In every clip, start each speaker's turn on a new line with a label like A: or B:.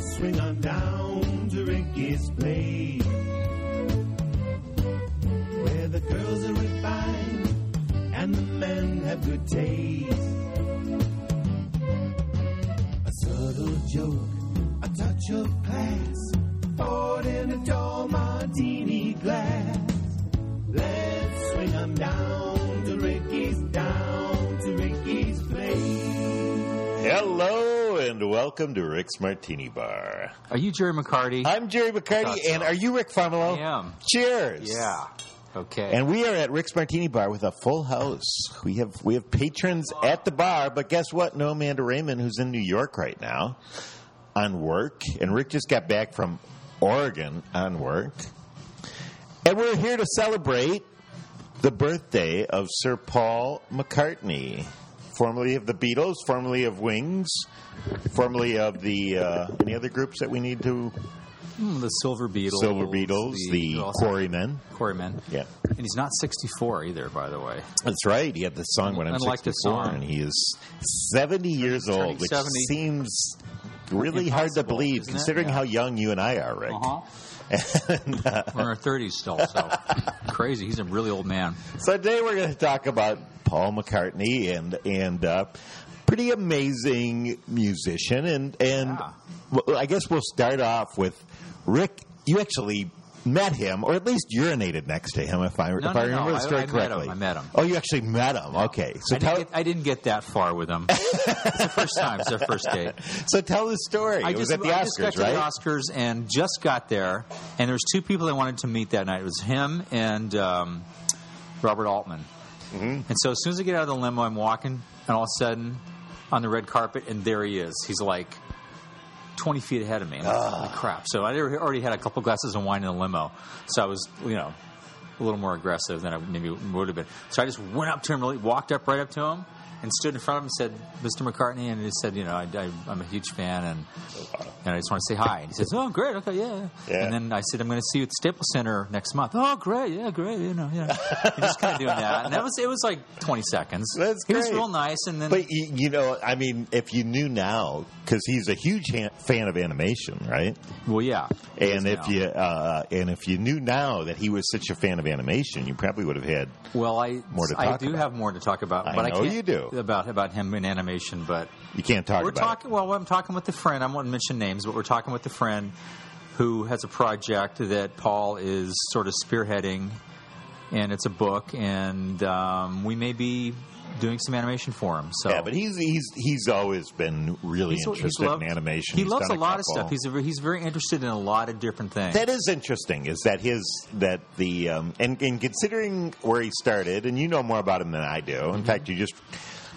A: swing on down to Ricky's place, where the girls are refined and the men have good taste. A subtle joke, a touch of class, poured in a tall martini glass. Let's swing 'em down to Ricky's, down to Ricky's place.
B: Hello and welcome to Rick's Martini Bar.
C: Are you Jerry McCarty?
B: I'm Jerry McCarty,
C: Thought so.
B: and are you Rick Farmelo?
C: I am.
B: Cheers.
C: Yeah. Okay.
B: And we are at Rick's Martini Bar with a full house. We have we have patrons at the bar, but guess what? No Amanda Raymond, who's in New York right now on work, and Rick just got back from Oregon on work, and we're here to celebrate the birthday of Sir Paul McCartney, formerly of the Beatles, formerly of Wings, formerly of the uh, any other groups that we need to
C: Hmm, the Silver Beetles.
B: Silver Beatles, the,
C: also-
B: Quarrymen.
C: Quarrymen.
B: Yeah.
C: And he's not 64 either, by the way.
B: That's right. He had the song when I'm
C: Unlike the
B: 64,
C: song.
B: and he is 70 years
C: Turning
B: old, which
C: 70.
B: seems really hard to
C: Impossible,
B: believe,
C: isn't it?
B: considering
C: Yeah. Uh-huh.
B: how young you and I are, Rick. uh,
C: We're in our 30s still, so crazy. He's a really old man.
B: So today we're going to talk about Paul McCartney and and uh, pretty amazing musician, and and
C: Yeah.
B: well, I guess we'll start off with Rick. You actually. Met him, or at least urinated next to him, if I if
C: no,
B: I
C: no.
B: remember the
C: I-
B: story
C: I met him.
B: correctly.
C: I met him.
B: Oh, you actually met him. Okay, so
C: I
B: tell
C: didn't, get, I didn't get that far with him. It's the first time. It's their first date.
B: so tell the story.
C: I
B: it was
C: just,
B: at the
C: I
B: Oscars,
C: just got to
B: right?
C: the Oscars and just got there. And there's two people I wanted to meet that night. It was him and um, Robert Altman.
B: Mm-hmm.
C: And so as soon as I get out of the limo, I'm walking, and all of a sudden, on the red carpet, and there he is. He's like 20 feet ahead of me. I'm like, holy
B: Ah.
C: crap. So I already had a couple glasses of wine in the limo. So I was, you know, a little more aggressive than I maybe would have been. So I just went up to him, really walked up right up to him, and stood in front of him and said, "Mr. McCartney," and he said, "You know, I, I, I'm a huge fan, and and I just want to say hi." And he says, "Oh, great, okay, yeah."
B: Yeah.
C: And then I said, "I'm going to see you at the Staples Center next month." Oh, great, yeah, great, you know, yeah. and just kind of doing that, and that was it was like 20 seconds.
B: That's
C: he was
B: great.
C: real nice, and then
B: But you, you know, I mean, if you knew now, because he's a huge han- fan of animation, right?
C: well, yeah, he is
B: And if
C: now.
B: you uh, and if you knew now that he was such a fan of animation, you probably would have had.
C: Well, I
B: More to
C: I
B: talk
C: do
B: about.
C: have more to talk about,
B: I
C: but I
B: know
C: can't
B: you do.
C: about about him in animation. But
B: You can't talk
C: we're
B: about. it.
C: talking. Well, I'm talking with a friend. I won't mention names, but we're talking with a friend who has a project that Paul is sort of spearheading, and it's a book, and um, we may be doing some animation for him. So
B: Yeah, but he's he's he's always been really
C: He's- he's
B: interested
C: loved-
B: in animation.
C: He
B: He's
C: loves a,
B: done
C: lot of
B: couple.
C: stuff. He's a, he's very interested in a lot of different things.
B: that is interesting. Is that his that the um, and, and considering where he started, and you know more about him than I do. In
C: Mm-hmm.
B: fact, you just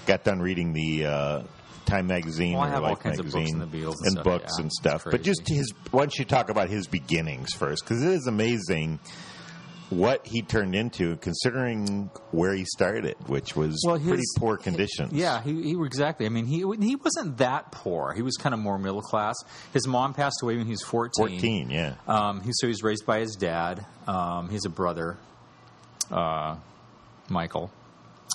B: got done reading the uh, Time magazine,
C: Well, I
B: or
C: have all
B: Life
C: kinds of books
B: magazine,
C: on the Beatles and stuff,
B: books
C: yeah.
B: and stuff.
C: It's
B: But just his. Why don't you talk about his beginnings first? Because it is amazing what he turned into, considering where he started, which was
C: Well,
B: pretty
C: his-
B: poor conditions.
C: Yeah, he, he exactly. I mean, he he wasn't that poor. He was kind of more middle class. His mom passed away when he was fourteen.
B: fourteen. Yeah,
C: Um, he, so he's raised by his dad. Um, he has a brother, uh, Michael.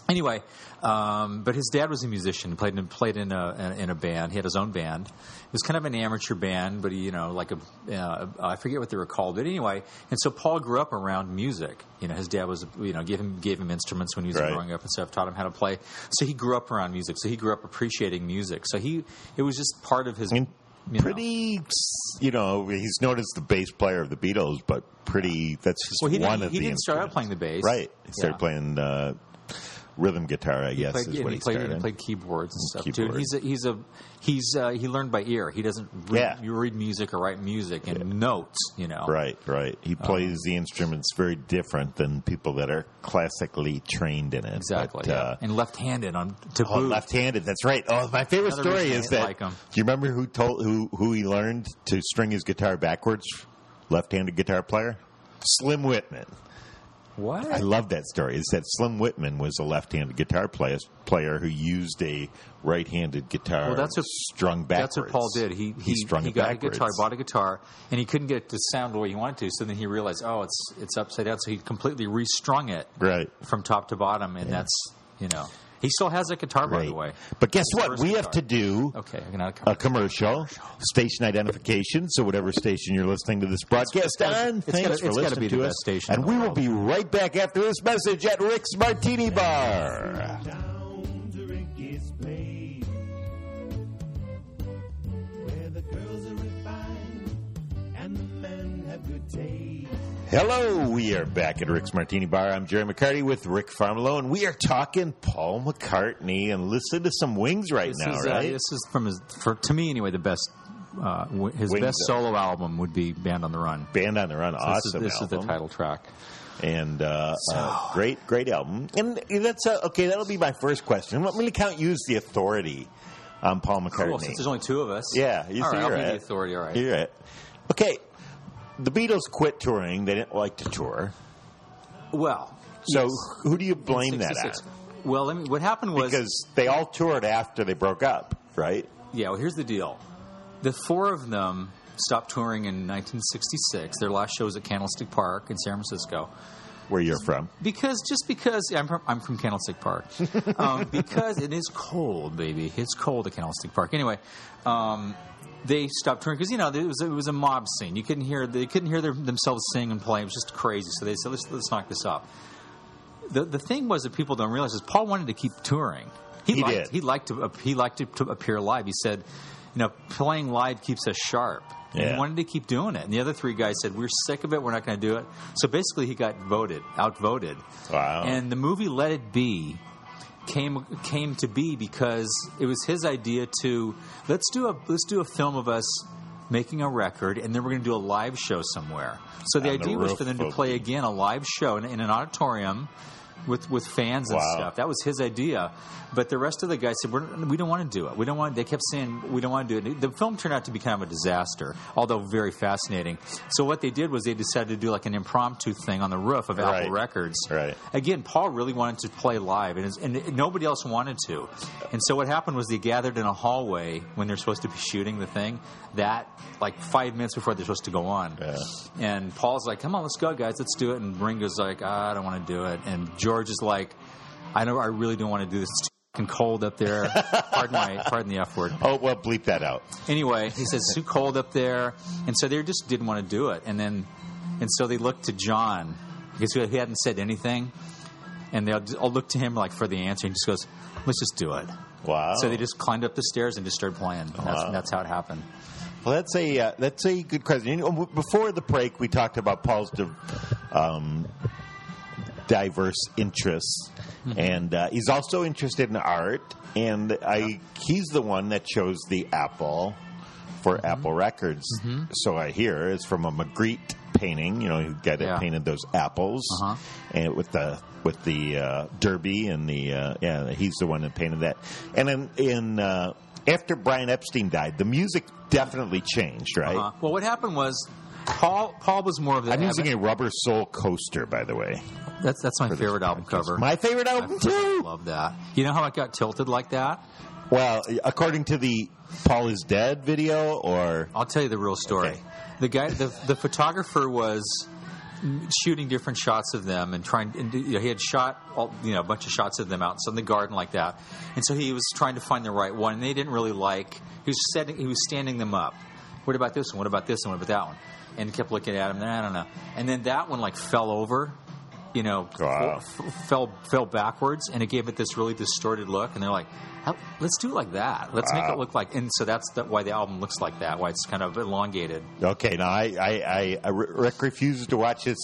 C: Anyway, um, but his dad was a musician. Played in, played in a in a band. He had his own band. It was kind of an amateur band, but he, you know, like a uh, I forget what they were called. But anyway, and so Paul grew up around music. You know, his dad was you know gave him gave him instruments when he was
B: Right.
C: growing up and stuff. Taught him how to play. So he grew up around music. So he grew up appreciating music. So he it was just part of his.
B: mean,
C: you know.
B: pretty. You know, he's known as the bass player of the Beatles, but pretty. That's just
C: Well, he
B: one
C: didn't,
B: of
C: he
B: the
C: didn't start out
B: instruments.
C: playing the bass,
B: Right, he started
C: Yeah.
B: playing uh, rhythm guitar. I guess
C: played,
B: is
C: and
B: what
C: he,
B: he,
C: played,
B: started.
C: He played keyboards and stuff too.
B: Keyboard.
C: And he's a, he's a he's uh, he learned by ear. He doesn't read,
B: Yeah.
C: you read music or write music and notes. You know,
B: Right, right.
C: Uh-huh.
B: He plays the instruments very different than people that are classically trained in it.
C: Exactly.
B: But,
C: yeah.
B: uh,
C: and left-handed on to
B: Oh,
C: boot.
B: left-handed. That's right. Oh, my favorite
C: Another
B: story
C: reason I
B: is
C: didn't
B: that.
C: like him.
B: Do you remember who told who who he learned to string his guitar backwards? Left-handed guitar player, Slim Whitman.
C: what?
B: I love that story. Is that Slim Whitman was a left-handed guitar player player who used a right-handed guitar.
C: Well, that's what-
B: strung backwards.
C: That's what Paul did. He he,
B: strung
C: he
B: it
C: got
B: backwards.
C: a guitar, bought a guitar, and he couldn't get it to sound the way he wanted to. So then he realized, oh, it's it's upside down. So he completely restrung it
B: Right.
C: from top to bottom, and that's you know. He still has that guitar, by
B: Right.
C: the way.
B: But guess what?
C: first
B: We have
C: guitar.
B: to do
C: Okay, I'm gonna come.
B: a commercial, station identification. So whatever station you're listening to this broadcast on,
C: it's
B: thanks
C: gotta-
B: for
C: it's gotta
B: listening
C: be
B: to
C: the
B: us.
C: best station
B: and
C: in the
B: we will
C: world.
B: be right back after this message at Rick's Martini Bar.
A: down to Ricky's place, where the girls are refined and the men have good taste.
B: Hello, we are back at Rick's Martini Bar. I'm Jerry McCarty with Rick Farmelo, and we are talking Paul McCartney. And listen to some Wings right
C: This
B: now,
C: is, uh,
B: right?
C: this is from his, for, to me anyway, the best. Uh, w- his
B: Wings
C: best
B: Up.
C: solo album would be Band on the Run.
B: Band on the Run, awesome
C: this is, this
B: album,
C: is the title track.
B: and uh, uh, great, great album. And that's uh, okay. That'll be my first question. Let me count you as the authority on Paul McCartney.
C: Cool. Since there's only two of us.
B: Yeah, you
C: all
B: see,
C: right.
B: you're
C: I'll be
B: at
C: the
B: it.
C: authority. All right.
B: You're it. Okay, the Beatles quit touring. They didn't like to tour.
C: Well,
B: So
C: yes.
B: who do you blame that
C: 66.
B: on?
C: Well, let me, what happened was
B: Because they all toured after they broke up, right?
C: yeah. Well, here's the deal: the four of them stopped touring in 1966. Their last show was at Candlestick Park in San Francisco.
B: Where you're from.
C: Because just because I'm from, I'm from Candlestick Park, um, because it is cold, baby. It's cold at Candlestick Park. Anyway, um, they stopped touring because you know it was it was a mob scene. You couldn't hear they couldn't hear their, themselves sing and play. It was just crazy. So they said let's let's knock this up. The the thing was that people don't realize is Paul wanted to keep touring.
B: He
C: liked,
B: did.
C: He liked to he liked to, to appear live. He said, you know, playing live keeps us sharp. And
B: Yeah.
C: He wanted to keep doing it. And the other three guys said, we're sick of it. We're not going to do it. So basically, he got voted, outvoted.
B: Wow.
C: And the movie Let It Be came came to be because it was his idea to let's do a let's do a film of us making a record and then we're going to do a live show somewhere. So the
B: On the
C: idea was
B: roof
C: for them to
B: of-
C: play again a live show in, in an auditorium with with fans and
B: Wow.
C: stuff. That was his idea. But the rest of the guys said, we're, "We don't want to do it. We don't want." They kept saying, "We don't want to do it." The film turned out to be kind of a disaster, although very fascinating. So what they did was they decided to do like an impromptu thing on the roof of
B: Right.
C: Apple Records.
B: Right.
C: Again, Paul really wanted to play live, and, it's- and nobody else wanted to. And so what happened was they gathered in a hallway when they're supposed to be shooting the thing. That like five minutes before they're supposed to go on.
B: Yeah.
C: And Paul's like, "Come on, let's go, guys, let's do it." And Ringo's like, "Ah, "I don't want to do it." And George is like, "I know, I really don't want to do this. It's too fucking cold up there. pardon my, pardon the f word."
B: oh, well, bleep that out.
C: anyway, he says, too cold up there. And so they just didn't want to do it. And then, and so they looked to John because he hadn't said anything. And they all all looked to him like for the answer. And he just goes, let's just do it.
B: Wow.
C: So they just climbed up the stairs and just started playing. And that's,
B: Oh. Wow.
C: that's how it happened.
B: Well, that's a uh, that's a good question. You know, before the break, we talked about Paul's di- um, diverse interests,
C: Mm-hmm.
B: and uh, he's also interested in art. And I, he's the one that chose the apple for
C: Mm-hmm.
B: Apple Records. So I hear it's from a Magritte painting. You know, who guy that
C: Yeah.
B: painted those apples,
C: Uh-huh.
B: and with the with the uh, derby and the uh, yeah, he's the one that painted that. And in, in uh, after Brian Epstein died, the music definitely changed, right?
C: Uh, well, what happened was Paul, Paul was more of the.
B: I'm using a rubber sole coaster, by the way.
C: that's, that's my favorite album cover.
B: My favorite
C: I
B: album
C: freaking
B: too.
C: love that. You know how it got tilted like that?
B: Well, according to the "Paul is Dead" video, or
C: I'll tell you the real story.
B: Okay.
C: The guy, the, the photographer was shooting different shots of them and trying. And, you know, he had shot all, you know a bunch of shots of them out in the garden like that, and so he was trying to find the right one. And they didn't really like. He was setting. He was standing them up. What about this one? What about this one? What about that one? And kept looking at him. I don't know. And then that one like fell over. You know,
B: Wow.
C: f- f- fell fell backwards, and it gave it this really distorted look. And they're like, "How- "Let's do it like that. Let's make
B: Wow.
C: it look like." And so that's the, why the album looks like that. Why it's kind of elongated.
B: okay, now I, I, I, I Rick refuses to watch this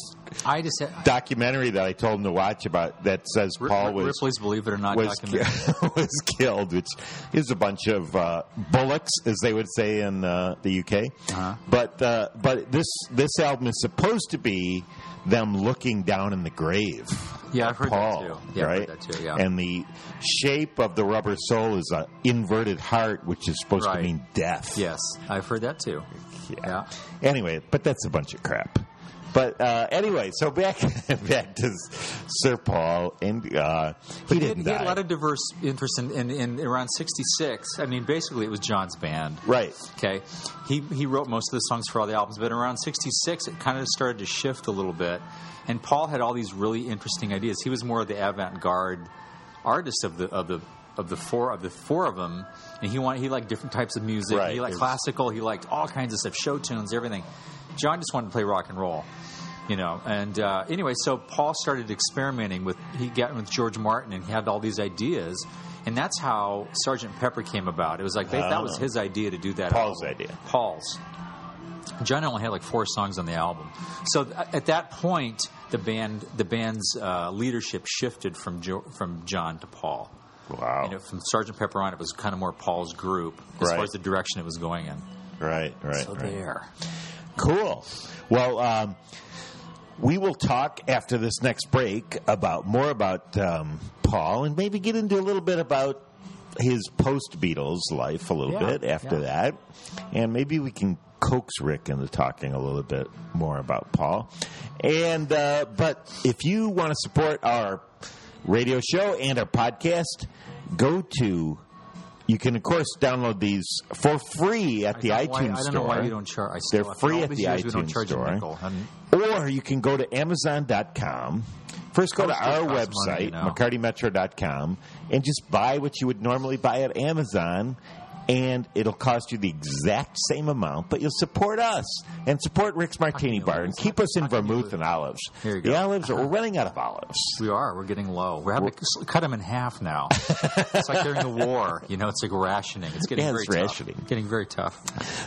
C: I just said,
B: documentary that I told him to watch about that says
C: R-
B: Paul
C: R-
B: was
C: Ripley's Believe It or Not
B: was
C: documentary.
B: ki- was killed, which is a bunch of uh, bullocks, as they would say in uh, the UK.
C: Uh-huh.
B: But uh, but this this album is supposed to be them looking down in the grave,
C: Yeah, I've heard that
B: Paul,
C: too. Yeah,
B: right?
C: I've heard that too. Yeah.
B: And the shape of the rubber sole is an inverted heart, which is supposed to
C: Right.
B: mean death.
C: yes, I've heard that too. Yeah.
B: Anyway, but that's a bunch of crap. But uh, anyway, so back back to Sir Paul, and uh, he
C: But
B: didn't
C: he had a
B: die.
C: lot of diverse interests in, in, in around 66. I mean, basically, it was John's band.
B: right.
C: Okay. He, he wrote most of the songs for all the albums, but around 66, it kind of started to shift a little bit. And Paul had all these really interesting ideas. He was more of the avant garde artist of the of the of the four of the four of them, and he wanted he liked different types of music.
B: Right.
C: He liked
B: It was-
C: classical. He liked all kinds of stuff, show tunes, everything. John just wanted to play rock and roll, you know. And uh, anyway, so Paul started experimenting with he got with George Martin and he had all these ideas, and that's how Sergeant Pepper came about. It was like they, that was
B: Ah.
C: his idea to do that.
B: Paul's idea.
C: Paul's. John only had like four songs on the album, so th- at that point, the band the band's uh, leadership shifted from jo- from John to Paul.
B: Wow.
C: You know, from Sergeant Pepper on, it was kind of more Paul's group as
B: Right.
C: far as the direction it was going in.
B: right, right,
C: So
B: right.
C: there.
B: Cool. Well, um, we will talk after this next break about more about um, Paul and maybe get into a little bit about his post Beatles life a little
C: Yeah,
B: bit after that. And maybe we can coax Rick into talking a little bit more about Paul. And uh, but if you want to support our radio show and our podcast, go to you can of course download these for free at the
C: I
B: iTunes
C: don't why- I
B: store
C: don't know why we don't charge. I
B: They're
C: still, after
B: free
C: all
B: at
C: these
B: the
C: years, we don't
B: iTunes
C: charge
B: store.
C: A nickel. And
B: or you can go to amazon.com first go to
C: Course,
B: our
C: it costs money,
B: website
C: you know.
B: mccartymetro.com and just buy what you would normally buy at amazon and it'll cost you the exact same amount, but you'll support us and support Rick's Martini
C: you
B: Bar and
C: lose?
B: keep us in vermouth and olives.
C: Here you
B: The
C: go. Uh-huh.
B: olives, are, we're running out of olives.
C: we are. We're getting low. We're having to cut them in half now. it's like during the war. You know, it's like rationing. It's getting
B: Yeah,
C: very
B: it's rationing.
C: tough. Getting very tough.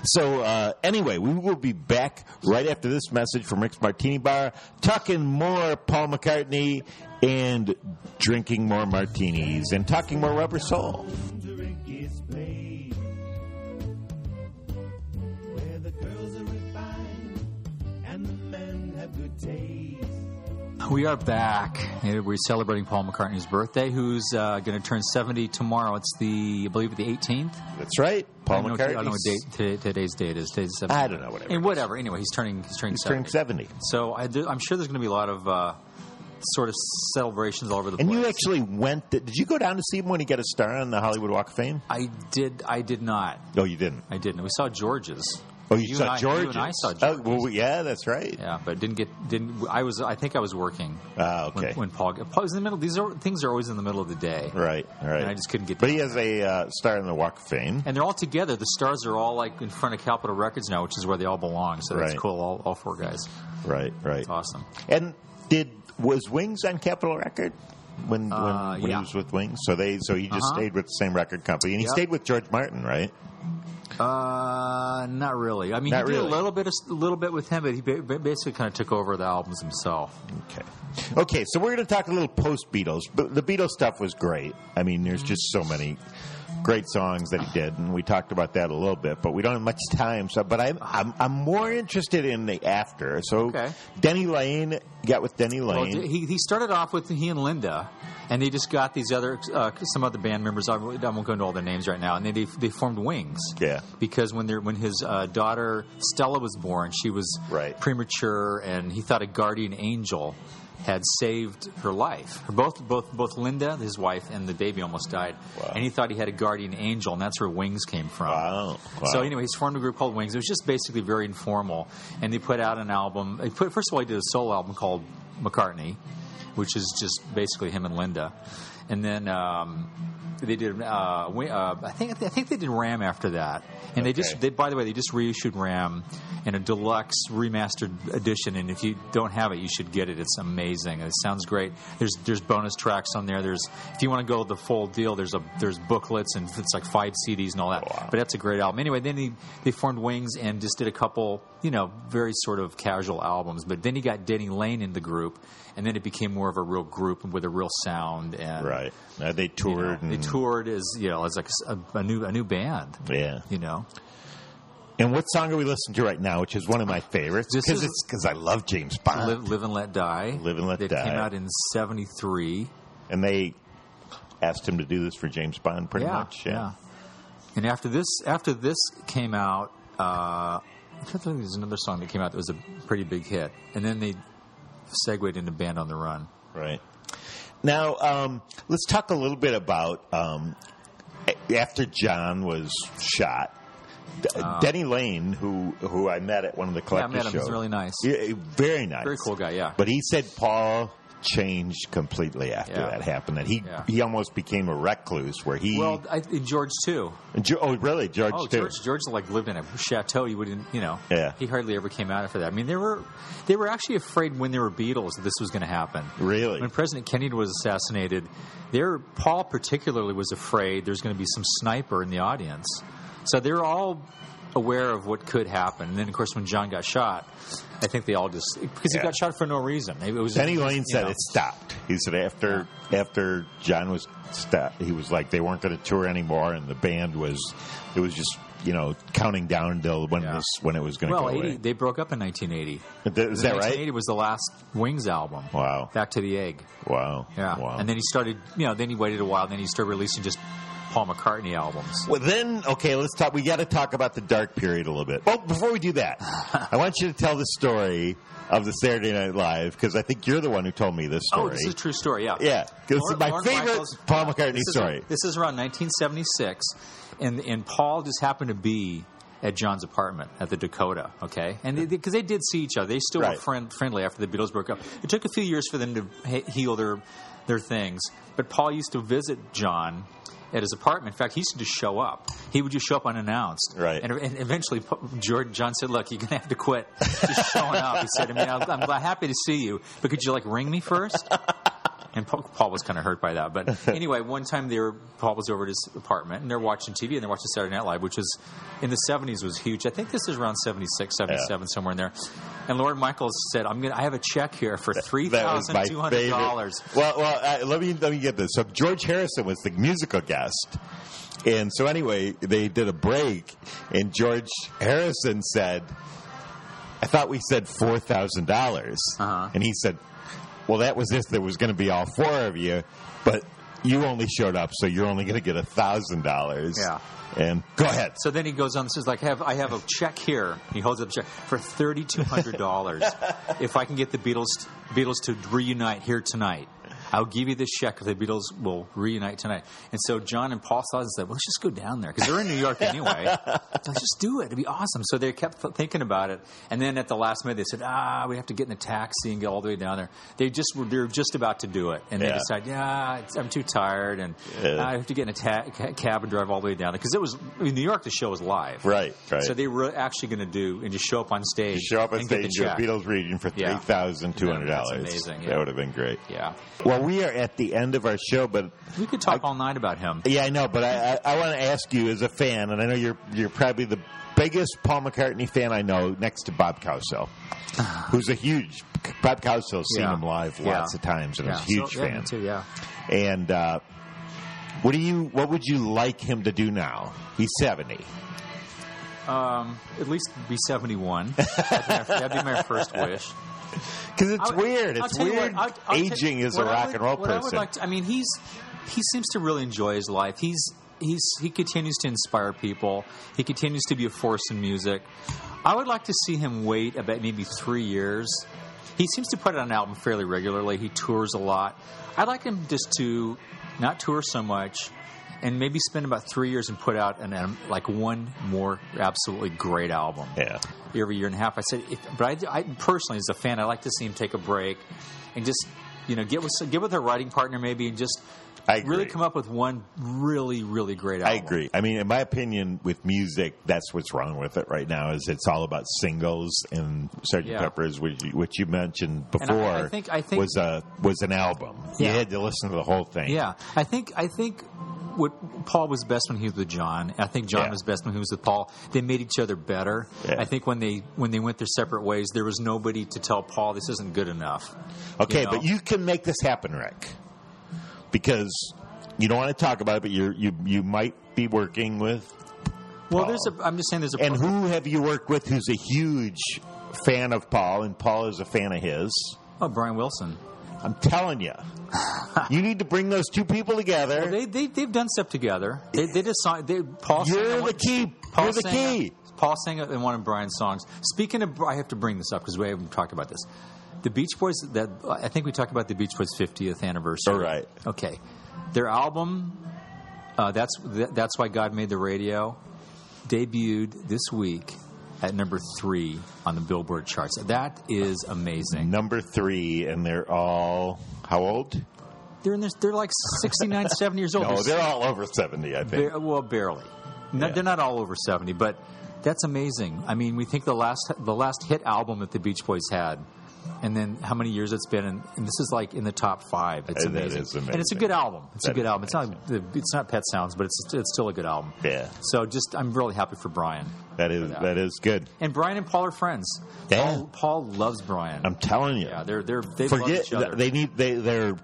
B: So, uh, anyway, we will be back right after this message from Rick's Martini Bar, talking more Paul McCartney and drinking more martinis and talking more rubber soul.
A: wondering is played. Where the girls are refined and the men have good taste.
C: We are back. And We're celebrating Paul McCartney's birthday, who's uh, going to turn 70 tomorrow. It's the, I believe, the 18th.
B: That's right. Paul
C: I don't know, I
B: McCartney.
C: don't know what date today, today's date is. Today's 70.
B: I don't know whatever.
C: And whatever. Anyway, he's turning. He's turning.
B: He's turned 70.
C: So I do, I'm sure there's going to be a lot of uh, sort of celebrations all over the
B: And
C: place.
B: you actually went. did you go down to see him when he got a star on the Hollywood Walk of Fame?
C: I did. I did not.
B: Oh, you didn't.
C: I didn't. We saw George's.
B: Oh, you,
C: You and
B: saw
C: I- you
B: George.
C: and I saw
B: Oh, well, yeah, that's right.
C: Yeah, but didn't get. Didn't. I was. I think I was working
B: Ah, okay.
C: when, when Paul. Paul was in the middle. These are things are always in the middle of the day.
B: right, right.
C: And I just couldn't get.
B: But he has a uh, star in the Walk of Fame.
C: and they're all together. The stars are all like in front of Capitol Records now, which is where they all belong. So that's
B: Right.
C: cool. All, all four guys.
B: Right, right.
C: It's awesome.
B: And did was Wings on Capitol Record when when,
C: Uh,
B: when
C: yeah.
B: he was with Wings? So they so he just
C: Uh-huh.
B: stayed with the same record company, and he
C: Yep.
B: stayed with George Martin, right?
C: Uh, not really. I mean,
B: Not
C: he did
B: really.
C: a little bit, a little bit with him, but he ba- ba- basically kind of took over the albums himself.
B: Okay. Okay, so we're going to talk a little post Beatles. But the Beatles stuff was great. I mean, there's just so many great songs that he did, and we talked about that a little bit, but we don't have much time. So, but I'm I'm, I'm more interested in the after. So,
C: Okay.
B: Denny Lane got with Denny
C: Well,
B: Lane.
C: he, he started off with he and Linda, and they just got these other uh, some other band members. I won't I won't go into all their names right now, and they they, they formed Wings.
B: Yeah.
C: because when their when his uh, daughter Stella was born, she was
B: Right.
C: premature, and he thought a guardian angel had saved her life. Both both both Linda, his wife, and the baby almost died,
B: Wow.
C: and he thought he had a guardian angel, and that's where Wings came from.
B: Oh, wow. wow.
C: So anyway, he's formed a group called Wings. It was just basically very informal, and they put out an album. They put, first of all, he did a solo album called McCartney, which is just basically him and Linda, and then um, they did. Uh, wi- uh, I think I think they did Ram after that, and they just.
B: Okay.
C: They, by the way, they just reissued Ram in a deluxe remastered edition, and if you don't have it, you should get it. It's amazing. It sounds great. There's there's bonus tracks on there. There's if you want to go the full deal. There's a there's booklets and it's like five CDs and all that.
B: Wow.
C: But that's a great album. Anyway, then he they formed Wings and just did a couple, you know, very sort of casual albums. But then he got Denny Lane in the group, and then it became more of a real group with a real sound. And
B: right. Uh, they
C: you know,
B: toured.
C: they
B: and,
C: toured as you know as like a, a new a new band.
B: Yeah.
C: You know,
B: And what song are we listening to right now, which is one of my favorites?
C: This
B: Because
C: is-
B: it's because I love James Bond.
C: Live, Live and Let Die.
B: Live and Let
C: that
B: Die.
C: came out in '73.
B: and they asked him to do this for James Bond, pretty
C: yeah,
B: much.
C: yeah. And after this, after this came out, uh, I think there was another song that came out that was a pretty big hit. And then they segued into Band on the Run.
B: Right. Now, um, let's talk a little bit about um, a- after John was shot. D- Denny Lane, who who I met at one of the
C: Uh. Yeah, I
B: collector
C: met him. He's
B: shows,
C: really nice.
B: Yeah, very nice,
C: Very cool guy, yeah.
B: But he said, "Paul, changed completely after
C: Yeah.
B: that happened. That he
C: Yeah.
B: he almost became a recluse where he.
C: Well, I, and George too.
B: Jo- oh, really, George
C: Oh,
B: too.
C: George, George like lived in a chateau. You wouldn't, you know.
B: Yeah.
C: He hardly ever came out after that. I mean, they were they were actually afraid when they were Beatles that this was going to happen.
B: Really?
C: When President Kennedy was assassinated, there Paul particularly was afraid there's going to be some sniper in the audience. So they're all aware of what could happen. And then, of course, when John got shot, I think they all just because
B: Yeah.
C: he got shot for no reason. It was
B: Penny
C: it was,
B: Lane
C: you
B: said
C: know.
B: it stopped. He said after after John was stopped, he was like they weren't going to tour anymore, and the band was it was just you know counting down until when
C: Yeah.
B: this when it was going to
C: Well,
B: go
C: 80,
B: away.
C: they broke up in 1980.
B: Th- Is that right?
C: 1980 was the last Wings album.
B: Wow!
C: Back to the Egg.
B: Wow!
C: Yeah.
B: Wow!
C: And then he started, you know, then he waited a while, then he started releasing just Paul McCartney albums.
B: Well, then, okay, let's talk. We got to talk about the dark period a little bit. Well, before we do that, I want you to tell the story of the Saturday Night Live because I think you're the one who told me this
C: Oh,
B: story.
C: this is a true story, yeah.
B: yeah, this is
C: Lauren-
B: my
C: Lauren
B: favorite
C: Michaels-
B: Paul
C: yeah,
B: McCartney
C: this is-
B: story.
C: this is around 1976, and, and Paul just happened to be at John's apartment at the Dakota, okay? And because they, did see each other, they still
B: Right.
C: were friend, friendly after the Beatles broke up. It took a few years for them to he- heal their their things, but Paul used to visit John at his apartment. In fact, he used to just show up. He would just show up unannounced.
B: Right.
C: And, and eventually, Pa- George John said, "Look, you're going to have to quit just showing up." He said, "I mean, I'm, I'm glad- happy to see you, but could you like ring me first? And Paul, Paul was kind of hurt by that. But anyway, one time they were, Paul was over at his apartment and they're watching TV and they're watching Saturday Night Live, which was in the 70s was huge. I think this is around 76, 77, somewhere in there. And Lord Michaels said, "I'm gonna. I have a check here for three
B: That was
C: thousand
B: my
C: two hundred
B: favorite.
C: dollars."
B: Well, well, uh, let me let me get this. So George Harrison was the musical guest, and so anyway, they did a break, and George Harrison said, "I thought we said four dollars,"
C: Uh-huh.
B: and he said, "Well, that was if there was going to be all four of you, but you only showed up, so you're only going to get a thousand dollars."
C: Yeah.
B: And go ahead.
C: So then he goes on and says, "Like, I have I have a check here." He holds up a check for thirty two hundred dollars. if I can get the Beatles Beatles to reunite here tonight, I'll give you this check if the Beatles will reunite tonight. And so John and Paul saw this and said, "Well, let's just go down there because they're in New York anyway. let's just do it. It'd be awesome." So they kept th- thinking about it, and then at the last minute they said, "Ah, we have to get in the taxi and get all the way down there." They just were they were just about to do it, and they
B: Yeah.
C: decided, "Yeah, it's, I'm too tired, and
B: Yeah.
C: I have to get in a ta- ca- cab and drive all the way down there because it was in New York. The show was live,
B: Right, right.
C: So they were actually going to do and just show up on stage,
B: Show up on
C: and get
B: stage
C: the
B: at
C: check.
B: Beatles reading for
C: Yeah.
B: three thousand two hundred dollars.
C: That's amazing, yeah.
B: That would have been great.
C: Yeah,
B: Well, we are at the end of our show, but
C: we could talk all night about him.
B: yeah, I know. But I, I, I want to ask you as a fan, and I know you're you're probably the biggest Paul McCartney fan I know, next to Bob Cowsell, who's a huge Bob Cowsell's seen
C: Yeah.
B: him live
C: Yeah.
B: lots of times and
C: yeah,
B: is a huge
C: so, yeah, me
B: fan.
C: too. Yeah,
B: and uh, what do you what would you like him to do now? He's seventy.
C: um, at least be seventy-one. that'd, be my, that'd be my first wish.
B: Because it's
C: I-
B: weird.
C: I'll
B: It's
C: tell you
B: weird
C: I'll- I'll
B: aging
C: tell-
B: as a
C: what I
B: rock
C: would-
B: and roll
C: what I would
B: person.
C: like to- I mean, he's he seems to really enjoy his life. He's he's he continues to inspire people. He continues to be a force in music. I would like to see him wait about maybe three years. He seems to put out an album fairly regularly. He tours a lot. I'd like him just to not tour so much. And maybe spend about three years and put out an um, like one more absolutely great album
B: yeah.
C: every year and a half. I said, if, but I, I personally, as a fan, I like to see him take a break and just you know get with get with a writing partner maybe and just
B: I agree.
C: really come up with one really really great
B: I
C: album.
B: agree. I mean, in my opinion, with music, that's what's wrong with it right now. Is it's all about singles and Sgt.
C: Yeah.
B: Pepper's, which you, which you mentioned
C: I- I
B: before.
C: think- I think-
B: was a was an album.
C: Yeah.
B: You had to listen to the whole thing.
C: Yeah, I think I think what Paul was best when he was with John. I think John
B: Yeah.
C: was best when he was with Paul. They made each other better.
B: Yeah.
C: I think when they when they went their separate ways, there was nobody to tell Paul this isn't good enough.
B: Okay,
C: You know?
B: but you can make this happen, Rick, because you don't want to talk about it, but you you you might be working with.
C: Well,
B: Paul.
C: there's a. I'm just saying there's a.
B: And who have you worked with? Who's a huge fan of Paul, and Paul is a fan of his.
C: oh, Brian Wilson.
B: I'm telling you, you need to bring those two people together.
C: They, they they've done stuff together. They they just saw, they Paul. sang
B: You're
C: on one-
B: the key.
C: Paul
B: You're the
C: sang
B: key.
C: Paul sang in one of Brian's songs. Speaking of, I have to bring this up because we haven't talked about this. The Beach Boys. That I think we talked about the Beach Boys' 50th anniversary.
B: All right.
C: Okay. Their album. Uh, that's that's why God made the radio. Debuted this week, at number three on the Billboard charts. That is amazing.
B: Number three, and they're all how old?
C: They're in this, they're like 69, 70 years old.
B: No, they're all over seventy. I think.
C: Bar- well, barely. No,
B: Yeah.
C: They're not all over seventy, but that's amazing. I mean, we think the last the last hit album that the Beach Boys had, and then how many years it's been, and, and this is like in the top five. It's
B: Uh, that
C: amazing.
B: is
C: and it's a
B: amazing.
C: good album. It's a
B: That
C: good
B: is
C: album. It's not it's not Pet Sounds, but it's it's still a good album.
B: yeah,
C: So just I'm really happy for Brian.
B: that is
C: Yeah.
B: that is good.
C: And Brian and Paul are friends.
B: Yeah.
C: Paul, Paul loves Brian.
B: I'm telling you.
C: yeah, they're they're they love
B: forget
C: each other.
B: they need they they're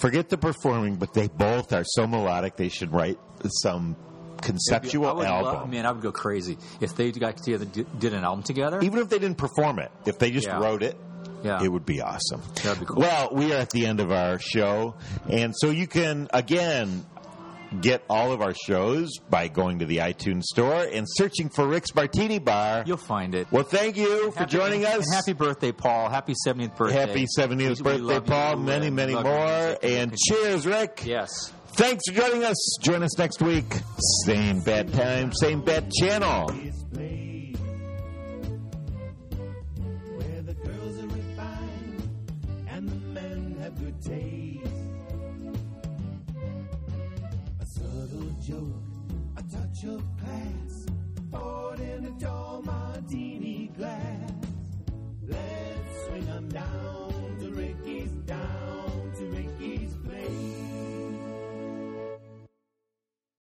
B: forget the performing, but they both are so melodic. They should write some conceptual
C: I would
B: album.
C: Love, man, I would go crazy if they got together did an album together.
B: even if they didn't perform it, if they just
C: Yeah.
B: wrote it,
C: yeah.
B: it would be awesome.
C: That'd be cool.
B: Well, we are at the end of our show, and so you can again get all of our shows by going to the iTunes store and searching for Rick's Martini Bar.
C: You'll find it.
B: well, thank you for
C: Happy-
B: joining
C: and
B: us.
C: happy birthday, Paul. Happy 70th birthday.
B: Happy 70th
C: We- we
B: birthday,
C: love you.
B: Paul.
C: We
B: Many,
C: love
B: many
C: your
B: more.
C: music.
B: And cheers, Rick.
C: Yes.
B: Thanks for joining us. Join us next week. Same bad time, same bad channel.
A: this place where the girls are refined and the men have good taste. A subtle joke, a touch of class, poured in a tall martini glass. Let's swing 'em down to Ricky's down.